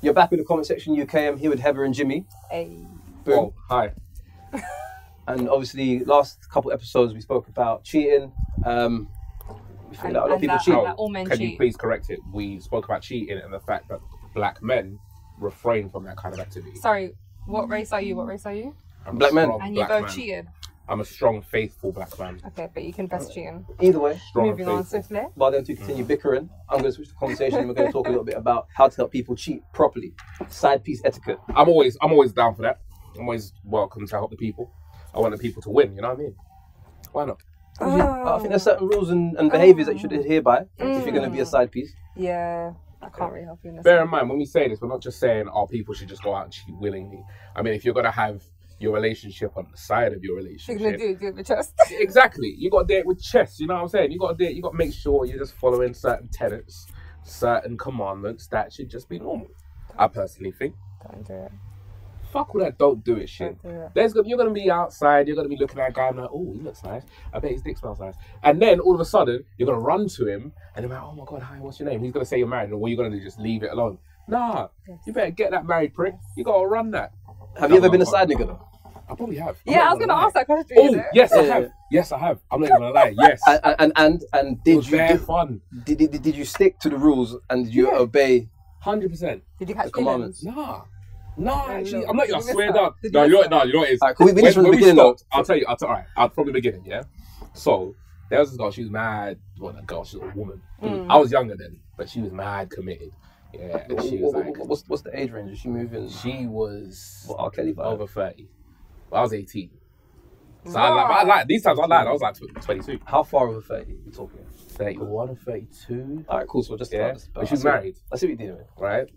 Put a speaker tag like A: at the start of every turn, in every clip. A: You're back with the comment section UK. I'm here with Heather and Jimmy.
B: Hey.
A: Boom.
C: Oh, hi.
A: And obviously, last couple episodes we spoke about cheating. Um, we figured out
B: And-
A: a lot of
B: and
A: people
B: that-
A: cheat.
B: and that- all men
C: can you
B: cheat.
C: please correct it? We spoke about cheating and the fact that black men refrain from that kind of activity.
B: Sorry, what race are you? What race are you?
C: I'm a
A: Black men.
C: strong
B: And you
C: black
B: both
C: man.
B: cheated.
C: I'm a strong, faithful black man.
B: Okay, but you confessed
C: Uh,
B: cheating.
A: Either way,
C: Strong
B: Moving on
C: and faithful.
B: swiftly.
A: while them two continue bickering, I'm going to switch the conversation and we're going to talk a little bit about how to help people cheat properly. Side piece etiquette.
C: I'm always, I'm always down for that. I'm always welcome to help the people. I want the people to win. You know what I mean? Why not?
A: I think there's certain rules and, and behaviours that you should adhere by if you're going to be a side piece.
B: Yeah, I can't really help you in this.
C: Bear in mind, when we say this, we're not just saying, oh, people should just go out and cheat willingly. I mean, if you're going to have your relationship on the side of your
B: You're
C: relationship.
B: gonna do it, do it with your chest.
C: Exactly. You got to do it with chess. You know what I'm saying? You got to do it. You got to make sure you're just following certain tenets, certain commandments. That should just be normal. I personally think.
B: Don't do it.
C: Fuck all that. Don't do it shit.
B: Don't do it.
C: There's gonna, you're gonna be outside. You're gonna be looking at a guy and like, oh, he looks nice. I bet his dick smells nice. And then all of a sudden, you're gonna run to him and you're like, oh my god, hi, what's your name? He's gonna say you're married, and what you're gonna do? Just leave it alone. Nah, you better get that married prick. You gotta run that.
A: Have you ever been a side nigga though?
C: I probably have. I'm
B: Yeah,
C: not
B: I was gonna
C: lie.
B: ask that question. you
C: Oh
B: know?
C: yes, I
A: Yeah.
C: have. Yes, I have. I'm not even gonna lie. Yes,
A: And and and, and
C: it
A: did
C: was
A: you
C: very
A: did,
C: fun.
A: did, did, did you stick to the rules and did you obey
C: Hundred percent.
B: Did you catch
A: the commandments?
C: Nah. Nah,
B: No,
C: actually,
B: no.
C: I'm not.
B: Did
C: I
B: you miss
C: swear
B: that?
C: down.
B: Did you
C: No,
B: miss
C: you know,
B: that?
C: no, you know what it is.
A: Alright, can we finish from the beginning,
C: stopped, I'll tell you. I'll tell. All right, I'll from the beginning. Yeah. So there was this girl. She was mad. Well, not a girl. She was a woman.
B: Hmm.
C: I was younger then, but she was mad committed. Yeah, and she was
A: What-
C: like,
A: what- what's, what's the age range? Is she moving?
C: she was
A: What, R. Kelly vibe?
C: over thirty. Well, I was eighteen. So I like, I like these times. I lied. I was like tw- 22,
A: How far over 30 we talking?
C: 31 or 32.
A: All right, cool. So just
C: Yeah.
A: about this-
C: But she's
A: I see what-
C: married.
A: I see what you're dealing with.
C: right?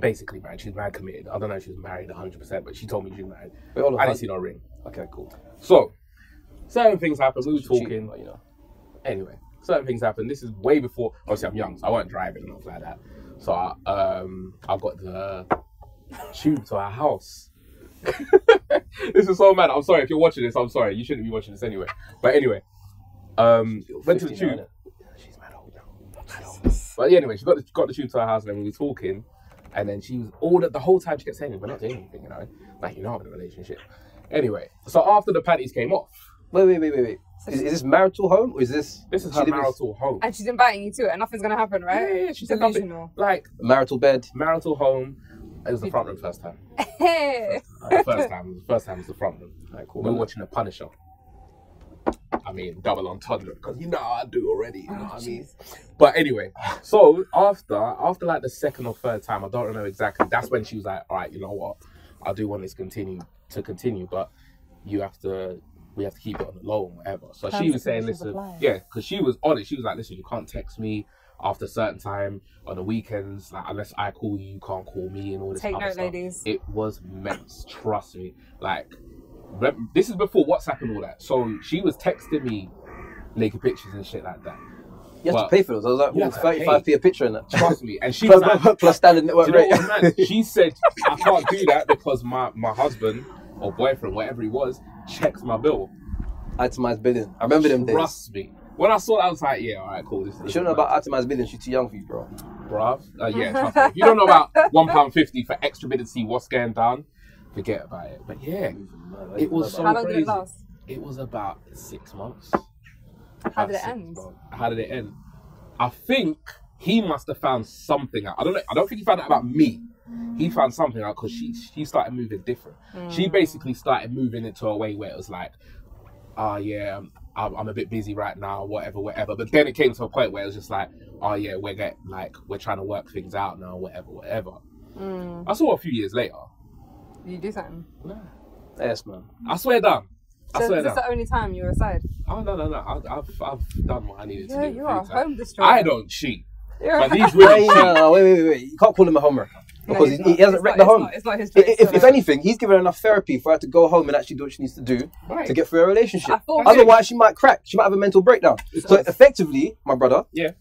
C: Basically, married. She's mad committed. I don't know if she was married 100%, but she told me she was married.
A: Wait, hold on,
C: I
A: how-
C: didn't see no ring.
A: Okay, cool.
C: So, certain things happened. We were
A: Cheating,
C: talking.
A: but, you know.
C: Anyway, certain things happened. This is way before. Obviously, I'm young, so I wasn't driving and stuff like that. So, I, um, I got the tube to our house. this is so mad. I'm sorry if you're watching this. I'm sorry. You shouldn't be watching this anyway. But anyway, um, went to the
A: 59,
C: tube.
A: innit?
C: She's mad old now. But yeah, anyway, she got the, got the tube to her house, and then we were talking, and then she was all the, the whole time she kept saying, "We're not doing anything," you know, like you know, I'm in a relationship. Anyway, so after the panties came off,
A: Wait, wait, wait, wait, wait. Is, is this marital home or is this?
C: this is
A: she
C: her
A: live in-
C: marital home.
B: And she's inviting you to it, and nothing's gonna happen,
C: Yeah,
B: right?
C: yeah, yeah, she said nothing.
B: Delusional.
C: Like
A: marital bed.
C: marital home. It was the front room first time.
B: Hey.
C: The first time, the first time was the front room.
A: Alright, cool.
C: We were watching The Punisher. I mean, double entendre, because you know I do already. You know what I mean? But anyway, so after after like the second or third time, I don't know exactly. That's when she was like, "All right, you know what? I do want this continue to continue, but you have to." We have to keep it on the low and whatever. So she
B: Terms
C: was
B: and
C: saying,
B: conditions
C: listen,
B: apply.
C: yeah, because she was on it. She was like, listen, you can't text me after a certain time on the weekends, like unless I call you, you can't call me and all this
B: Take
C: other
B: note,
C: stuff.
B: ladies.
C: It was mess, trust me. Like, rem- this is before WhatsApp and all that. So she was texting me naked pictures and shit like that.
A: You have
C: Well,
A: to pay for those. I was like,
C: you
A: ooh,
C: have to pay.
A: 35p a picture in that.
C: Trust me. And she was
A: plus,
C: like,
A: plus standard network
C: Do you know
A: rate.
C: what was mad? She said, I can't do that because my, my husband or boyfriend, whatever he was, checks my bill.
A: itemized billing. I remember them days.
C: Trust me. When I saw that, I was like, yeah, all right, cool. This,
A: You
C: this
A: should know about itemized billing. She's too young for you, bro.
C: bruv. Uh, yeah, trust me. If you don't know about £1.50 for extra bit to see what's going down, forget about it. But yeah, it was so
B: How long
C: crazy.
B: did it last?
C: It was about six months.
B: How
C: About
B: did it
C: six
B: end?
C: months. How did it end? I think he must have found something out. I don't know. I don't think he found out about me. He found something out because she she started moving different.
B: Hmm.
C: She basically started moving into a way where it was like, oh yeah, I'm, I'm a bit busy right now, whatever, whatever. But then it came to a point where it was just like, oh yeah, we're get like we're trying to work things out now, whatever, whatever. I saw her a few years later.
B: Hmm, You do something.
A: Yes, man.
C: I swear down. I
B: So
C: swear
B: this is
C: down.
B: the only time you were aside.
C: Oh no no no! I, I've I've done what I needed
B: Yeah,
C: to do.
B: you are a
C: a few times.
B: home destroyer.
C: I don't cheat,
B: You're
C: but
B: a-
A: Wait,
C: these
A: no, no,
C: women cheat.
A: no, wait, wait, wait, wait. You can't call him a homer
B: No,
A: because
B: he's
A: he,
B: not.
A: he hasn't
B: It's
A: wrecked
B: not-
A: the
B: it's
A: home.
B: not- it's not his
A: I-
B: place,
A: if,
B: so-
A: if anything, he's given her enough therapy for her to go home and actually do what she needs to do
C: Right.
A: to get through her relationship.
B: I thought-
A: Otherwise, she might crack. She might have a mental breakdown. So effectively, my brother,
C: Yeah.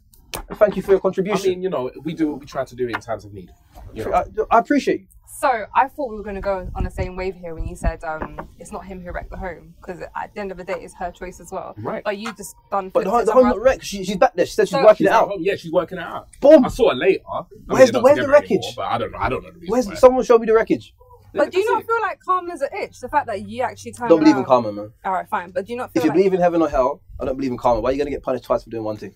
A: Thank you for your
C: I
A: contribution.
C: mean, you know, we do what we try to do in times of need. You know?
A: I, I appreciate you.
B: So I thought we were going to go on the same wave here when you said um, it's not him who wrecked the home because at the end of the day, it's her choice as well.
C: Right.
B: But you just done.
A: But the,
B: flipped
A: home-
B: it
A: the home
B: somewhere
A: not wrecked. She, she's back there. She said she's
B: So-
A: working
C: She's
A: it
C: at
A: out.
C: home. Yeah, she's working it out.
A: Boom.
C: I saw her later. I
A: Where's
C: they're
A: the-
C: not
A: where's the
C: together anymore,
A: wreckage?
C: but I don't know. I don't know the reason
A: Where's
C: why.
A: someone show me the wreckage?
B: else. But do you
C: That's
B: not
C: it.
B: feel like calm as an itch? The fact that you actually turned.
A: Don't believe in
B: around-
A: karma, man.
B: All right, fine. But do you not feel
A: If you
B: like
A: believe in heaven or hell, I don't believe in karma. Why are you gonna get punished twice for doing one thing?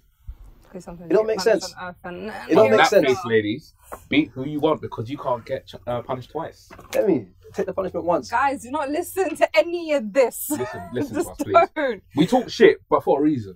B: Okay, something
A: It don't
B: like
A: make
B: planets
A: sense.
B: on Earth and-
A: It don't
C: On
A: make
C: that
A: sense.
C: case, ladies, beat who you want because you can't get uh, punished twice.
A: Let me take the punishment once.
B: Guys, do not listen to any of this.
C: Listen- listen to
B: Just
C: us, please.
B: don't.
C: We talk shit, but for a reason.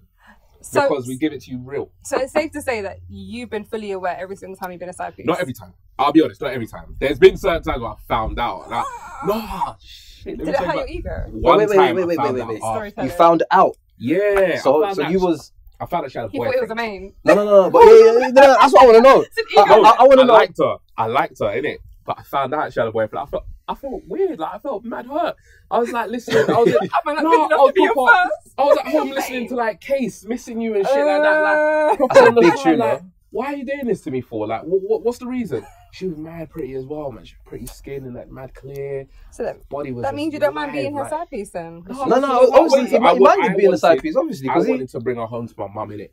B: So,
C: Because we give it to you real.
B: so it's safe to say that you've been fully aware every single time you've been a side piece.
C: Not every time. I'll be honest, not every time. There's been certain times where I found out. Like, nah, shit. Let
B: Did
C: me
B: it
C: tell you
B: hurt your
C: about-
B: ego?
C: One
A: Wait, wait, wait,
C: time
A: wait, wait,
C: I found
A: wait,
C: out.
A: wait, wait.
C: oh,
A: You
B: Storytelling.
A: found out.
C: yeah. I
A: So
C: found
A: so
C: out
A: you
C: she-
A: was
C: I found out she had a
B: He thought it was a
C: boyfriend.
B: main.
A: no no no no. But yeah, yeah, yeah, no, no, that's what I want to know.
C: Ah,
B: It's
A: I,
B: an ego.
A: I, I want to know.
C: liked her. I liked her, innit? But I found out she had a boyfriend. I felt, I felt weird. Like I felt mad hurt. I was like listening. I was, like,
B: I'm not
C: No,
B: good enough
C: I'll
B: to be your
C: pop up.
B: first.
C: I was at home listening to like Case, missing you and Oh, shit like that. Like
B: Uh,
C: proper
A: That's a
C: on the
A: big
C: phone,
A: tune,
C: like,
A: though.
C: Why are you doing this to me for? Like, what, what, what's the reason? She was mad pretty as well, man. She was pretty skin and like mad clear.
B: so that,
C: Body was.
B: that
C: just
B: means you don't mind
C: live,
B: being her
C: like-
B: side piece then.
C: No,
A: No, no,
C: that's what I
A: obviously,
C: wanted.
A: he
C: I
A: might- he
C: want-
A: minded
C: I
A: being a side
C: wanted-
A: piece, obviously,
C: I
A: because he.
C: wanted to bring her home to my mum, innit?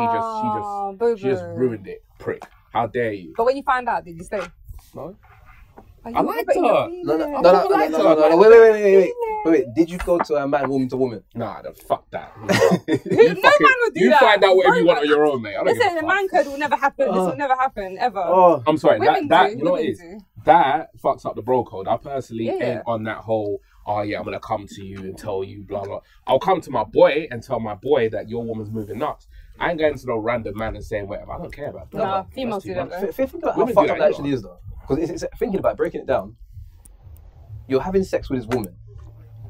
B: Oh,
C: and she just, she just, she just
B: boo-boo.
C: ruined it, prick. How dare you?
B: But when you find out, did you stay?
C: No.
B: Are you
C: I liked
B: putting your
C: her.
A: No, no, no,
B: feelings?
A: no, no, no, no, no, no, wait, wait, wait, wait, wait, wait, wait. Did you go to a man, woman to woman?
C: Nah, the fuck that.
B: No man would do
C: you
B: that.
C: find out whatever
B: No
C: you want
B: man-
C: on your own, mate. I don't give a
B: Listen, the
C: fuck.
B: man code will never happen. This
A: Oh.
B: will never happen ever.
A: Oh,
C: I'm sorry, that,
B: Women
C: that
B: do,
C: you know what it
B: women
C: is?
B: do.
C: That fucks up the bro code. I personally
B: Yeah.
C: ain't on that whole, oh yeah, I'm gonna come to you and tell you, blah blah. I'll come to my boy and tell my boy that your woman's moving nuts. I ain't going to no random man and saying whatever. I don't care about that.
B: Nah,
C: That's
B: females
C: too
B: do
C: much.
B: that,
A: F- f- think about how
C: Women do
A: fucked
C: that
A: up that
C: anyway.
A: actually is, though. Because it's, it's thinking about it, breaking it down. You're having sex with this woman,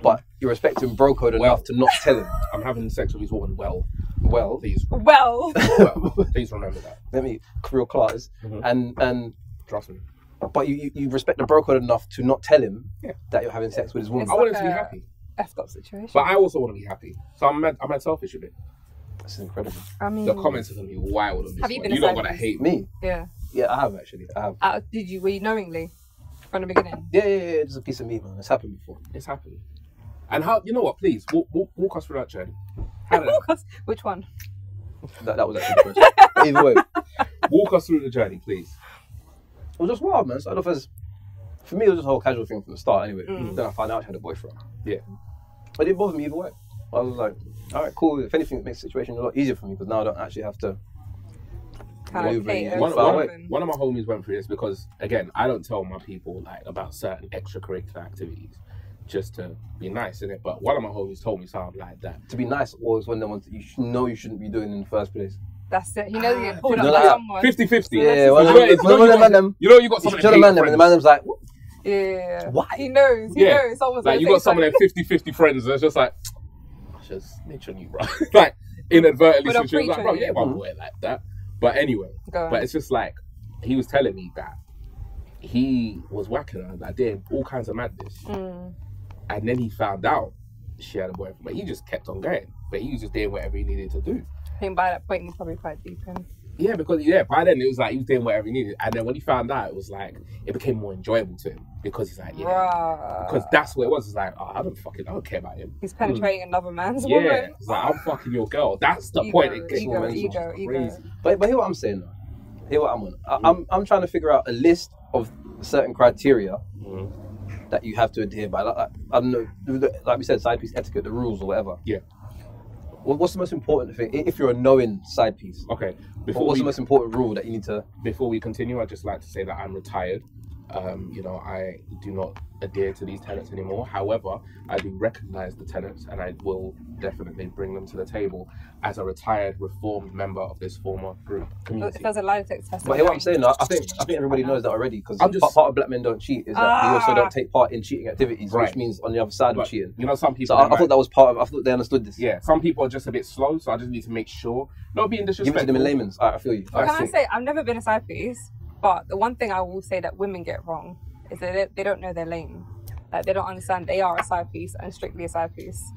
A: but you're respecting bro code
C: Well.
A: enough to not tell him.
C: I'm having sex with this woman. Well,
A: Well,
C: please,
B: Well,
C: well, please remember that.
A: let me real class,
C: Mhm.
A: and and
C: Trust me.
A: but you, you, you respect the bro code enough to not tell him
C: Yeah.
A: that you're having sex with this woman.
B: It's
C: I want him
B: like
C: to be
B: a-
C: happy,
B: effed up situation.
C: but I also want to be happy. So I'm mad, I'm mad selfish a bit.
A: That's incredible.
B: I mean,
C: The comments are gonna be wild on this.
B: Mm. Have you
C: one.
B: been
C: you
B: a
C: don't
B: side
C: wanna
B: piece?
C: hate me.
A: Me?
B: yeah.
A: Yeah, I have actually. I have.
B: Uh, did you? Were you knowingly from the beginning?
A: Yeah, yeah, yeah. Just a piece of meat, man. It's happened before.
C: It's happening. And how? You know what? Please walk, walk, walk us through that journey. How did that
B: Which one?
A: That, that was actually the question. But Either way, it
C: Walk us through the journey, please.
A: was just wild, man. Started off as, for me, it was just a whole casual thing from the start. Anyway,
B: Mm.
A: then I found out she had a boyfriend.
C: Yeah.
A: It didn't bother me either way. I was like, all right, cool. If anything, it makes the situation a lot easier for me because now I don't actually have to.
B: Kind
A: Moving.
B: of hate
A: Yeah,
C: One,
A: far
C: one,
A: away.
B: open.
C: one of my homies went through this because, again, I don't tell my people like about certain extracurricular activities just to be nice in it. But one of my homies told me something like that.
A: To be nice, or it's one of the ones that you sh- know you shouldn't be doing in the first place.
B: That's it. You know you
C: Ah,
B: get pulled
A: No,
B: up by
A: like-
B: someone.
C: 50 50.
A: Yeah,
C: you,
A: well,
C: know,
A: well,
C: you,
A: well,
C: know you
A: well,
C: got,
A: man,
C: you know you got
A: You
C: someone
A: show
C: that
A: the
C: hate
A: man them, and the man
C: friends.
A: them's like,
B: Yeah.
A: Why?
B: He knows. He
C: Yeah.
B: knows. Someone's
C: Like, you
B: gonna
C: got
B: say
C: someone that
B: something.
C: 50 50 friends that's just like, I should snitch on you, bro. like, inadvertently,
B: But I'm
C: snitch on you. like, bro,
B: preaching.
C: yeah, my boy, like that. But anyway,
B: Go on.
C: But it's just like he was telling me that he was whacking her, like doing all kinds of madness,
B: Mm.
C: and then he found out she had a boyfriend. But he just kept on going. But he was just doing whatever he needed to do.
B: I think by that point he's probably quite deep in.
C: Yeah, because yeah, by then it was like he was doing whatever he needed, and then when he found out, it was like it became more enjoyable to him because he's like, yeah,
B: Bruh.
C: because that's what it was. It's like oh, I don't fucking, I don't care about him.
B: he's penetrating another man's
C: Mm. Yeah,
B: woman.
C: it's like I'm fucking your girl. That's the
B: Ego,
C: point. It gets
B: ego,
C: more mental.
B: ego,
C: It's
B: ego.
C: crazy.
A: But but hear what I'm saying though. Hear what I'm on. I, I'm I'm trying to figure out a list of certain criteria
C: Mm-hmm.
A: that you have to adhere by. Like, like, I don't know, like we said, side piece etiquette, the rules or whatever.
C: Yeah.
A: What, what's the most important thing i- if you're a knowing side piece?
C: Okay.
A: What-
C: Before
A: what's
C: we
A: the most important rule that you need to?
C: before we continue, I'd just like to say that I'm retired. Um, you know, I do not adhere to these tenets anymore. However, I do recognize the tenets and I will definitely bring them to the table as a retired, reformed member of this former group
B: If
C: community.
B: there's a lie detector test,
A: But hear what I'm saying. Though, I think I think everybody knows that already because
C: I'm just-
A: part of black men don't cheat is that we also
B: Ah.
A: don't take part in cheating activities,
C: Right.
A: which means on the other side
C: But,
A: of cheating.
C: you know, some
A: So
C: people.
A: I,
C: they
A: I thought
C: might-
A: that was part of. I thought they understood this.
C: yeah, some people are just a bit slow, so I just need to make sure. Not being
A: Give it
C: disrespectful.
A: to them in layman's. All right, I feel you. All right,
B: Can I
A: sick.
B: say I've never been a side piece, but the one thing I will say that women get wrong is that they, they don't know their lane. Like they don't understand they are a side piece and strictly a side piece.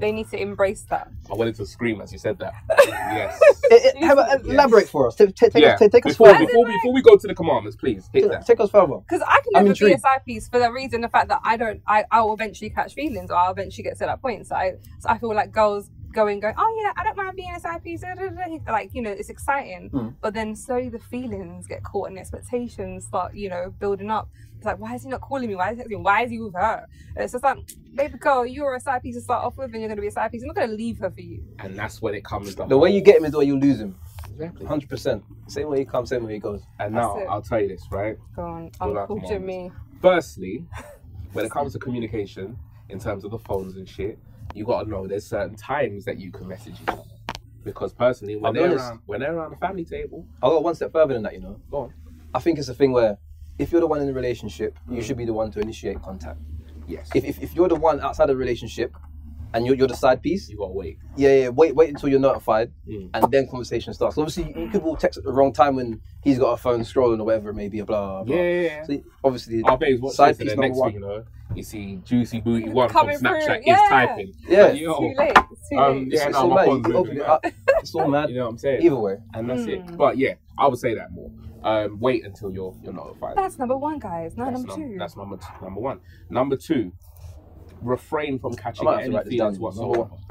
B: they need to embrace that.
C: I wanted to scream as you said that. yes.
A: It, it, Eh, have a- elaborate for us. Take, take, take us, take, take us
C: before,
A: further.
C: before, before we go to the commandments, please take that.
A: Take us further.
B: Because I can
A: I'm
B: never be a
A: intrigued.
B: side piece for the reason, the fact that I don't, I, I will eventually catch feelings or I'll eventually get to that point. So I, so I feel like girls going, going, oh yeah, I don't mind being a side piece. da, da, da, da," Like, you know, it's exciting.
C: Hmm.
A: Mm.
B: But then slowly the feelings get caught and expectations start, you know, building up. It's like, why is he not calling me? Why is he, why is he with her? And it's just like, baby girl, you're a side piece to start off with and you're going to be a side piece. I'm not going to leave her for you.
C: And that's when it comes.
A: The way you get him is the way you lose him.
C: Exactly.
A: 100%. Same way he comes, same way he goes.
C: And
B: That's
C: now
B: it.
C: I'll tell you this, right?
B: Go on,
C: Well,
B: Uncle
C: that's
B: Jimmy.
C: Firstly, when it comes to communication, in terms of the phones and shit, you gotta know there's certain times that you can message each other. Because personally, when
A: I'll be
C: they're
A: honest.
C: around, when they're around the family table,
A: I'll go one step further than that, you know.
C: go on.
A: I think it's a thing where if you're the one in the relationship, you should be the one to initiate contact.
C: Yes.
A: If, if, if you're the one outside of the relationship and you're, you're the side piece,
C: you gotta wait.
A: yeah, yeah, wait, wait until you're notified
C: Mm.
A: and then conversation starts. Obviously, you could all text at the wrong time when he's got a phone scrolling or whatever it may be, blah, blah, blah.
C: Yeah.
A: So obviously,
C: Our babes watch
A: side
C: this
A: piece
C: and then
A: number
C: next
A: one.
C: thing you know, you see Juicy Booty One from
B: Coming
C: Snapchat
B: through,
C: is
B: yeah.
C: typing.
A: Yeah.
C: Like, yo,
B: It's too late. It's too
C: Um,
B: late.
A: it's,
C: Yeah,
A: it's
C: no,
A: all
C: my
A: mad.
C: phone's
A: You
C: ringing.
A: open it up. It's all mad.
C: You know what I'm saying?
A: Either way,
C: and that's
B: Mm.
C: it. But yeah, I would say that more. Um, wait until you're you're notified.
B: That's number one, guys. Not number
C: num-
B: two.
C: That's number t- number one. Number two, refrain from catching
A: I might have to
C: any
A: write this down.
C: feelings
A: Number
C: whatsoever.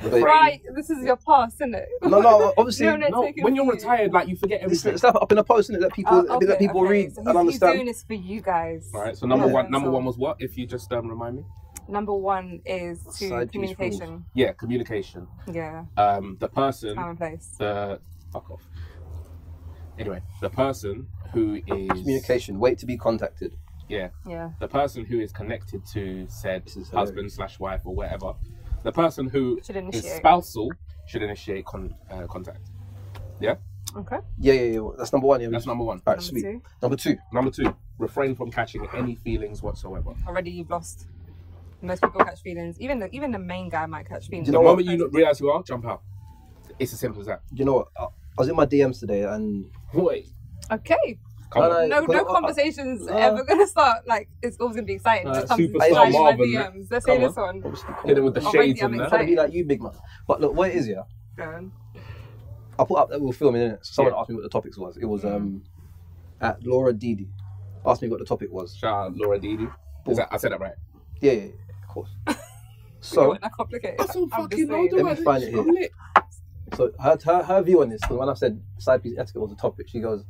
A: Wait.
B: Right, this is your past, isn't it?
A: no, no, obviously,
B: No, no.
C: No,
B: Taking
C: when you're
B: feelings.
C: retired, like you forget
A: it's
C: everything.
A: stuff up in the post, is that people,
B: Oh,
A: that
B: okay,
A: people
B: okay.
A: read
B: So he's,
A: and
B: He's doing
A: understand.
B: this for you guys.
C: All right. So number
A: Yeah.
C: one, number
B: So
C: one was what? If you just um, remind me.
B: Number one is to
A: Side piece
B: communication.
C: Yeah, communication.
B: Yeah,
C: Um, the person,
B: time and place.
C: the fuck off. Anyway, the person who is
A: Communication, wait to be contacted.
C: Yeah,
B: Yeah.
C: the person who is connected to said
A: This is hilarious.
C: husband slash wife or whatever, the person who
B: Should
C: is
B: initiate.
C: spousal should initiate con- uh, contact.
B: Okay.
A: Yeah, yeah, yeah. That's number one. Yeah,
C: That's number one.
A: All right,
B: Number
A: sweet.
B: two.
A: Number two.
C: Number two, refrain from catching any feelings whatsoever.
B: Already you've lost. Most people catch feelings. Even the even the main guy might catch feelings.
A: You know
C: the
A: what?
C: moment you realize you are, jump out. It's as simple as that.
A: You know what? I, I was in my DMs today and
C: Wait,
B: Okay.
C: come
A: No,
C: on.
B: No,
A: Because
B: no
A: I- I-
B: conversations
A: Uh,
B: ever gonna start. Like it's always gonna be exciting.
C: Uh,
B: Just comes
C: superstar
B: sliding in my
C: Marvin, man.
B: DMs. Let's say
C: Come
B: this one.
A: obviously,
C: Hit him with the
B: Already
C: shades
B: Oh, I'm
C: and that.
A: trying to be like you, big man. But look, what it is, yeah.
B: Go on.
A: I put up that we were filming in it. So someone
C: Yeah. Mm.
A: asked me what the topics was. It was um at Laura Didi asked me what the topic was.
C: Shout out Laura Didi. Is that, I said that right.
A: Yeah, yeah, yeah of course.
B: You
A: so
B: want that complicated?
C: That's all
B: I'm just
C: fucking
B: saying.
C: old.
A: Let me find it here. so her, her her view on this, because when I said side piece etiquette was a topic, she goes,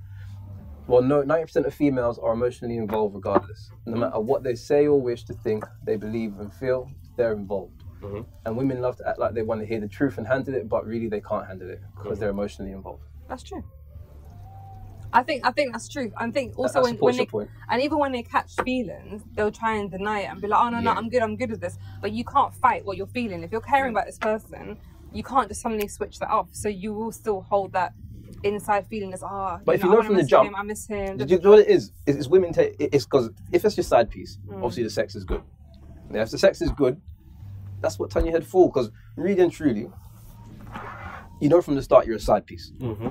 A: Well no ninety percent of females are emotionally involved regardless. No matter what they say or wish to think, they believe and feel, they're involved.
C: Mhm.
A: And women love to act like they want to hear the truth and handle it, but really they can't handle it because they're emotionally involved.
B: That's true. I think I think that's true. I think
A: That-
B: also
A: that
B: when, when
A: supports
B: they,
A: your point.
B: and even when they catch feelings, they'll try and deny it and be like, oh no no,
C: Yeah.
B: I'm good, I'm good with this. But you can't fight what you're feeling. If you're caring about this person, you can't just suddenly switch that off. So you will still hold that inside feeling as ah.
A: But if you
B: I
A: know
B: wanna
A: from the
B: miss
A: jump-
B: him, I miss him.
A: Do you know what it is? It's, it's women take it- it's because if it's your side piece, obviously the sex is good. Yeah, if the sex is good, that's what turn your head full. Because really and truly, you know from the start you're a side piece,
C: Mm-hmm.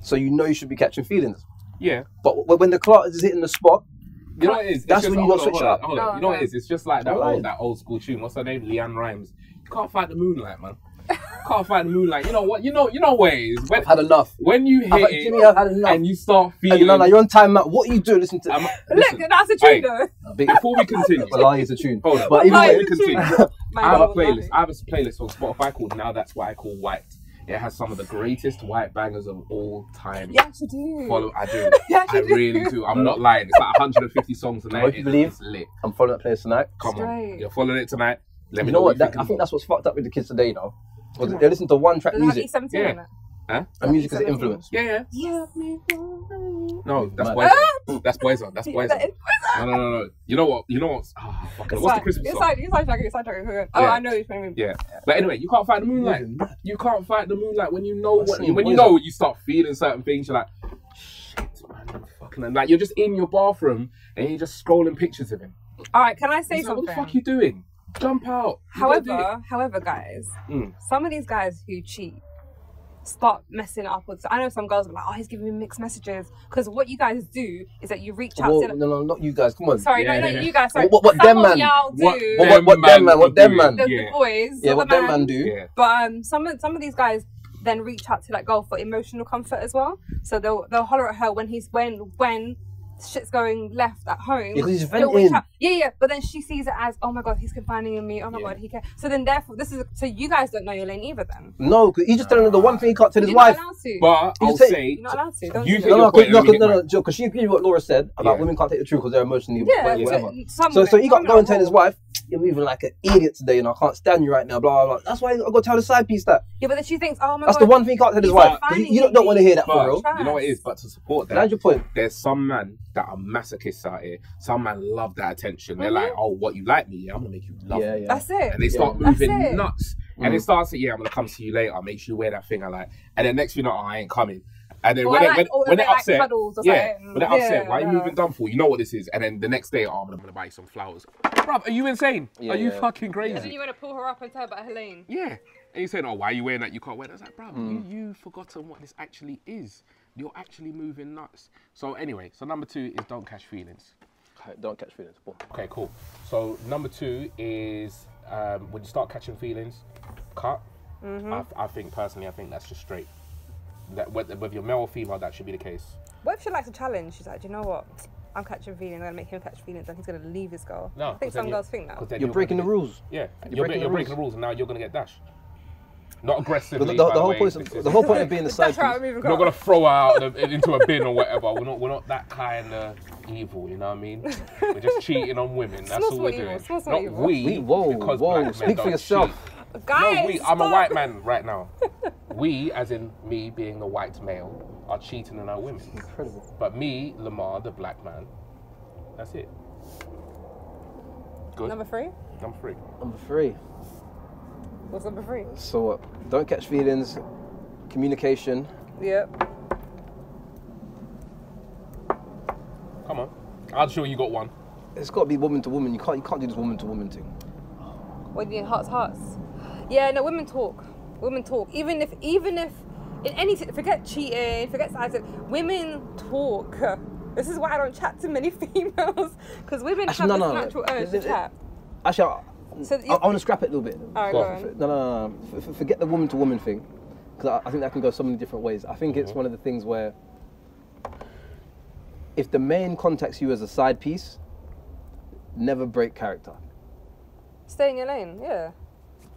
A: so you know you should be catching feelings.
C: Yeah.
A: But w- when the clock is hitting the spot,
C: You know what it is? It's
A: That's
C: just-
A: when you
C: hold
A: gotta
C: on,
A: switch
C: hold
A: it
C: on,
A: up.
C: hold on.
B: No,
C: you know what
B: no.
C: it is? It's just like that
A: You're lying.
C: old, that old school tune. What's her name? Leanne Rhymes. You can't fight the moonlight, man. can't fight the moonlight. You know what? You know. You know what it is. When,
A: I've had enough.
C: when you hit
A: I've had, Jimmy, I've
C: it
A: had enough.
C: and you start
A: And
C: feeling.
A: no, no, you're on time out. What are you doing? Listen to
C: I'm-
B: Look,
C: listen,
B: that's a
C: hey.
B: true though.
A: big
C: before we continue,
A: Malaya's a tune.
C: Hold on.
A: But even
B: Malaya.
A: though
C: before we continue,
B: My
C: I have a
B: God,
C: playlist.
B: love
C: I have a playlist on Spotify called Now That's What I Call White. It has some of the greatest white bangers of all time.
B: it. Yeah, you do.
C: Follow, I do.
B: Yeah,
C: I
B: you do.
C: really do. I'm not lying. It's like 150 songs and
A: I hope
C: that
A: you
C: is
A: believe.
C: it's lit.
A: I'm following that place tonight.
C: Come on,
B: Straight.
C: you're following it tonight. Let me
A: You know what? That,
C: you
A: I think that's what's fucked up with the kids today, though. 'Cause they listen to one track
B: Does it have
A: music,
B: E17 in
C: Yeah.
B: it?
A: and music is an
B: E17?
A: influence.
C: Yeah, yeah.
B: Yeah.
C: No, that's
A: Mad.
C: Boyzone. That's Boyzone.
B: That
C: That's
B: is-
C: Boyzone. No, no, no, no. You know what? You know what? Ah, fucking-
B: It's
C: what's the
B: like-
C: Christmas
B: it's
C: song?
B: like- it's like- it's like- it's like- Oh,
C: Yeah.
B: I know which one you mean.
C: Yeah. But anyway, you can't fight the moonlight.
A: You're mad.
C: You can't fight the moonlight when you know
A: I've
C: what
A: seen
C: when you
A: Boyzone.
C: know you start feeling certain things. You're like, shit, man, I'm fucking and like you're just in your bathroom and you're just scrolling pictures of him.
B: All right, can I say
C: It's like, what the
B: something?
C: fuck you doing? Jump out. You gotta do it.
B: however, however, guys,
C: Mm.
B: some of these guys who cheat, start messing it up with. I know some girls are like, oh, he's giving me mixed messages. Because what you guys do is that you reach out
A: Well,
B: to
A: no, no, not you guys. Come on.
B: Sorry,
C: Yeah,
B: no,
C: yeah.
B: not you guys. Sorry.
A: What, what, what
B: some
A: them man?
B: of y'all do.
A: What, what, what, what
C: Them
A: them man? What
C: man
A: them
C: would
A: man?
B: the, the
C: Yeah.
B: boys.
A: Yeah,
B: not
A: what
B: the
A: them man do?
C: Yeah.
B: But um, some of some of these guys then reach out to that girl for emotional comfort as well. So they'll they'll holler at her when he's when when shit's going left at home.
A: Yeah, 'cause he's
B: They'll reach
A: venting.
B: out- Yeah, yeah. But then she sees it as, oh my god, he's confiding in me. Oh my
A: Yeah.
B: god, he cares. So then therefore, this is so you guys don't know your lane either. Then
A: No, because he's just telling her the one thing he can't tell his
B: you're
A: wife.
B: not allowed to.
C: But
A: You
C: I'll
A: say-
C: say,
B: you're not allowed to. Don't
C: you
B: do
A: No,
B: that.
C: think
A: no,
C: you're
A: cause,
C: putting
A: no,
C: them
A: 'cause-
C: in
A: no,
C: your
A: no, because she agreed with what Laura said about
C: Yeah.
A: women can't take the truth because they're emotionally
B: yeah,
A: whatever.
B: so, some
A: So, so
B: women-
A: you got
B: some
A: going to tell
B: women
A: his
B: will.
A: wife, "You're moving like an idiot today, and I can't stand you right now." Blah blah. blah. That's why I got to tell the side piece that.
B: Yeah, but then she thinks, oh my
A: That's
B: god,
A: the one thing he can't tell his
B: he's
A: wife. 'cause You,
B: finding
A: you don't, don't
B: me.
A: want to hear that for real.
C: but you know what it is. But to support that,
A: That's your point.
C: there's some men that are masochists out here. Some men love that attention. They're
B: Mhm.
C: like, oh, what you like me? Yeah, I'm gonna make you love
A: Yeah,
C: me.
A: yeah.
B: That's it.
C: And they
A: Yeah.
C: start
B: That's it.
C: moving nuts. And it
A: Mhm.
C: starts at, yeah, I'm gonna come see you later. I'll make sure you wear that thing I like. And then next thing you know, "Oh, I ain't coming. And then
B: Or
C: when,
B: I
C: they,
B: like-
C: when,
B: or
C: when
B: they
C: they're
B: like
C: upset,
B: cuddles or
C: yeah,
B: something.
C: when they're upset,
B: Yeah,
C: why are
B: yeah.
C: you moving done for? You know what this is. And then the next day, oh, I'm gonna buy you some flowers. Bruv, are you insane?
A: Yeah,
C: are you
A: yeah.
C: fucking
B: So
C: crazy?
B: you want to pull her up and tell her about her lane?
C: Yeah. And you saying, oh, why are you wearing that? You can't wear that. It's like, bruv,
A: Mm.
C: you, you've forgotten what this actually is. You're actually moving nuts. So anyway, so number two is don't catch feelings.
A: Don't catch feelings.
C: Okay, cool. So number two is um, when you start catching feelings, cut. I, I think personally, I think that's just straight. That whether, whether you're male or female, that should be the case.
B: What if she likes a challenge? She's like, do you know what? I'm catching feelings. I'm gonna make him catch feelings, and he's gonna leave his girl.
C: No,
B: I think some girls think that.
A: You're breaking the rules. You're
C: Yeah, you're, you're,
A: breaking
C: breaking,
A: the
C: you're breaking
A: rules.
C: the rules, and now you're gonna get dashed. Not
A: The,
C: aggressively.
A: the,
C: by
A: the whole
C: way
A: point.
C: this
A: Of,
C: is-
A: the whole point of being the side
B: That's right,
A: piece.
B: I'm moving
C: We're not gonna
B: girl.
C: throw her out the, into a bin or whatever. We're not. We're not that kind of evil. You know what I mean? We're just cheating on women. That's
B: Small,
C: all we're
B: small evil,
C: doing.
B: small, small
C: not
B: evil.
C: we.
A: We- whoa,
C: because
A: whoa,
C: black men
A: speak for
C: don't
A: yourself.
C: cheat.
B: Guys,
C: No, we. I'm a
B: stop.
C: white man right now. We, as in me being the white male, are cheating on our women.
A: Incredible.
C: But me, Lamar, the black man, that's it. Good.
B: Number three.
C: Number three.
A: Number three.
B: What's number three?
A: So what? don't catch feelings. Communication.
B: Yep.
C: Come on. I'm sure you got one.
A: It's got to be woman to woman. You can't. You can't do this woman to woman thing.
B: What do you need? Hearts, hearts. Yeah. No, women talk. Women talk. Even if, even if, in any, forget cheating, forget sides. Women talk. This is why I don't chat to many females because women
A: Actually,
B: have
A: no, no, no.
B: this natural urge to
A: Is it-
B: chat.
A: Actually, I,
B: So
A: I,
B: you-
A: I want to scrap it a little bit.
B: Alright,
A: Go
B: go
A: on.
B: on.
A: No, no, no, no. F- f- forget the woman to woman thing, because I, I think that can go so many different ways. I think it's one of the things where if the man contacts you as a side piece, never break character.
B: Stay in your lane. Yeah.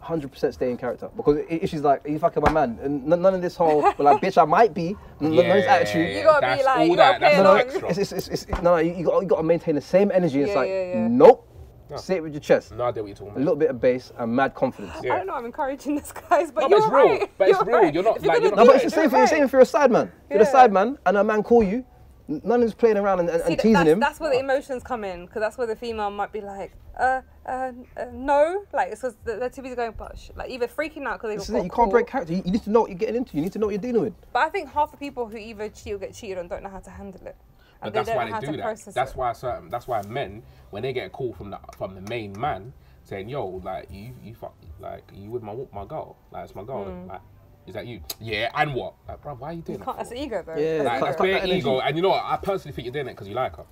A: 100% stay in character because i- if she's like, "Are you fucking my man?" and n- none of this whole, but like, bitch, I might be. N- n- none of this attitude.
B: You gotta be
C: that's
B: like-
C: all
B: you
C: that.
B: gotta play
C: That's
B: along.
C: extra.
A: It's, it's, it's, it's, no, no, you, you, got, you got to maintain the same energy. It's
B: Yeah,
A: like,
B: yeah, yeah.
A: nope,
C: No.
A: sit with your chest.
C: No idea what you're talking
A: A
C: about.
A: little bit of bass and mad confidence.
C: Yeah.
B: I don't know. I'm encouraging this, guys, but
C: No, but
B: you're
C: it's real.
B: right.
C: But it's
B: You're
C: real.
B: right.
C: You're not-
B: If you're
C: like,
B: gonna
C: you're
A: No,
C: not-
B: do
A: but it's the
B: it,
A: same. For,
B: do it
A: it's the same
B: right.
A: if you're a side man. If You're a
B: Yeah.
A: side man, and a man call you. n- None of us playing around and, and,
B: See,
A: and
B: that-
A: teasing
B: that's,
A: him.
B: That's where the emotions come in, because that's where the female might be like, uh, uh, uh no, like it's because they're too busy going, but sh-, like either freaking out because
A: This is it.
B: they got
A: You can't
B: caught.
A: break character. You, you need to know what you're getting into. You need to know what you're dealing with.
B: But I think half the people who either cheat or get cheated on don't know how to handle it,
C: But
B: and
C: that's
B: they don't
C: why
B: know how
C: they
B: to
C: do that.
B: process
C: That's
B: it.
C: why certain. That's why men, when they get a call from the from the main man saying, "Yo, like you, you fuck, like you with my wa- my girl, like it's my girl, like is that you? Yeah, and what? Like, bro, why are you doing
B: Hmm. Can't,
C: that?
B: that's
C: for?
B: the ego though.
A: Yeah,
B: that's
A: can't- that's
C: Like, it's
B: ego.
A: cut that
C: bare
A: energy.
C: ego, and you know what? I personally think you're doing it because you like her.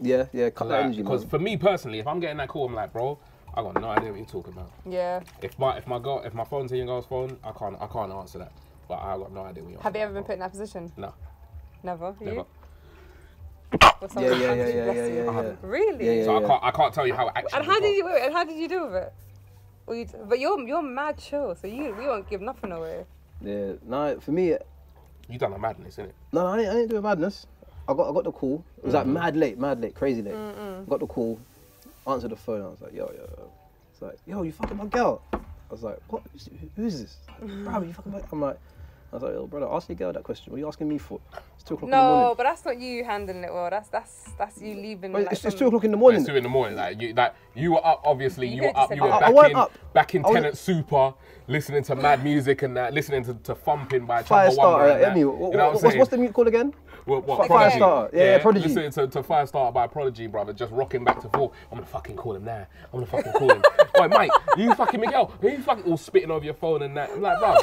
A: Yeah, yeah. Cut that energy,
C: Because
A: man.
C: for me personally, if I'm getting that call, I'm like, bro, I got no idea what you're talking about.
B: yeah.
C: If my if my girl if my phone's in your girl's phone, I can't I can't answer that. But I got no idea what you're.
B: Have you
C: talking
B: ever been
C: about.
B: put in that position?
C: No,
B: Never. You?
C: never.
B: Or
A: Yeah,
B: someone
A: yeah, yeah,
B: comes to
A: yeah,
B: you,
A: yeah,
B: bless you?
A: yeah, yeah.
B: Really?
A: Yeah, yeah.
C: So I can't I can't tell you how it actually.
B: And how
C: felt.
B: did you? Wait, wait, and how did you deal with it? Well, you, but you're you're mad chill, so you we won't give nothing away.
A: Yeah. No, for me,
C: You done a madness, innit?
A: no, no I, didn't, I didn't do a madness. I got, I got the call. It was like
B: Mm-hmm.
A: mad late, mad late, crazy late. Got the call, answered the phone. I was like, yo, yo, yo. It's like, yo, you fucking my girl. I was like, what? Who's- Who's this? Like, Bro, you fucking my. I'm like, I was like, yo, brother, ask your girl that question. What are you asking me for? It's two o'clock in the morning.
B: No, but that's not you handling it well. That's that's that's you leaving.
A: Well,
B: like, um,
A: it's, it's
B: some-
A: two o'clock in the morning.
C: It's two in the morning. Like you, like you were up. Obviously,
B: You
C: you, were
B: could've
C: up.
B: just
C: You were
B: said
A: that. I- I
C: back
A: weren't
C: in,
A: up.
C: back in
A: I wasn't-
C: Tenant Super, listening to mad music and that, listening to, to thumping by Chumbawamba
A: Firestarter.
C: and that.
A: Emmy,
C: You
A: what,
C: know
A: what,
C: what I'm
A: what's,
C: saying?
A: what's the mute called again?
C: What- what,
A: Fi-
C: Prodigy?
A: Firestarter. Yeah, yeah, Prodigy.
C: Listening to, to Firestarter by Prodigy, brother, just rocking back to full. I'm gonna fucking call him now. I'm gonna fucking call him. Oi, Mike, you fucking Miguel, who you fucking all spitting over your phone and that? I'm like, bro,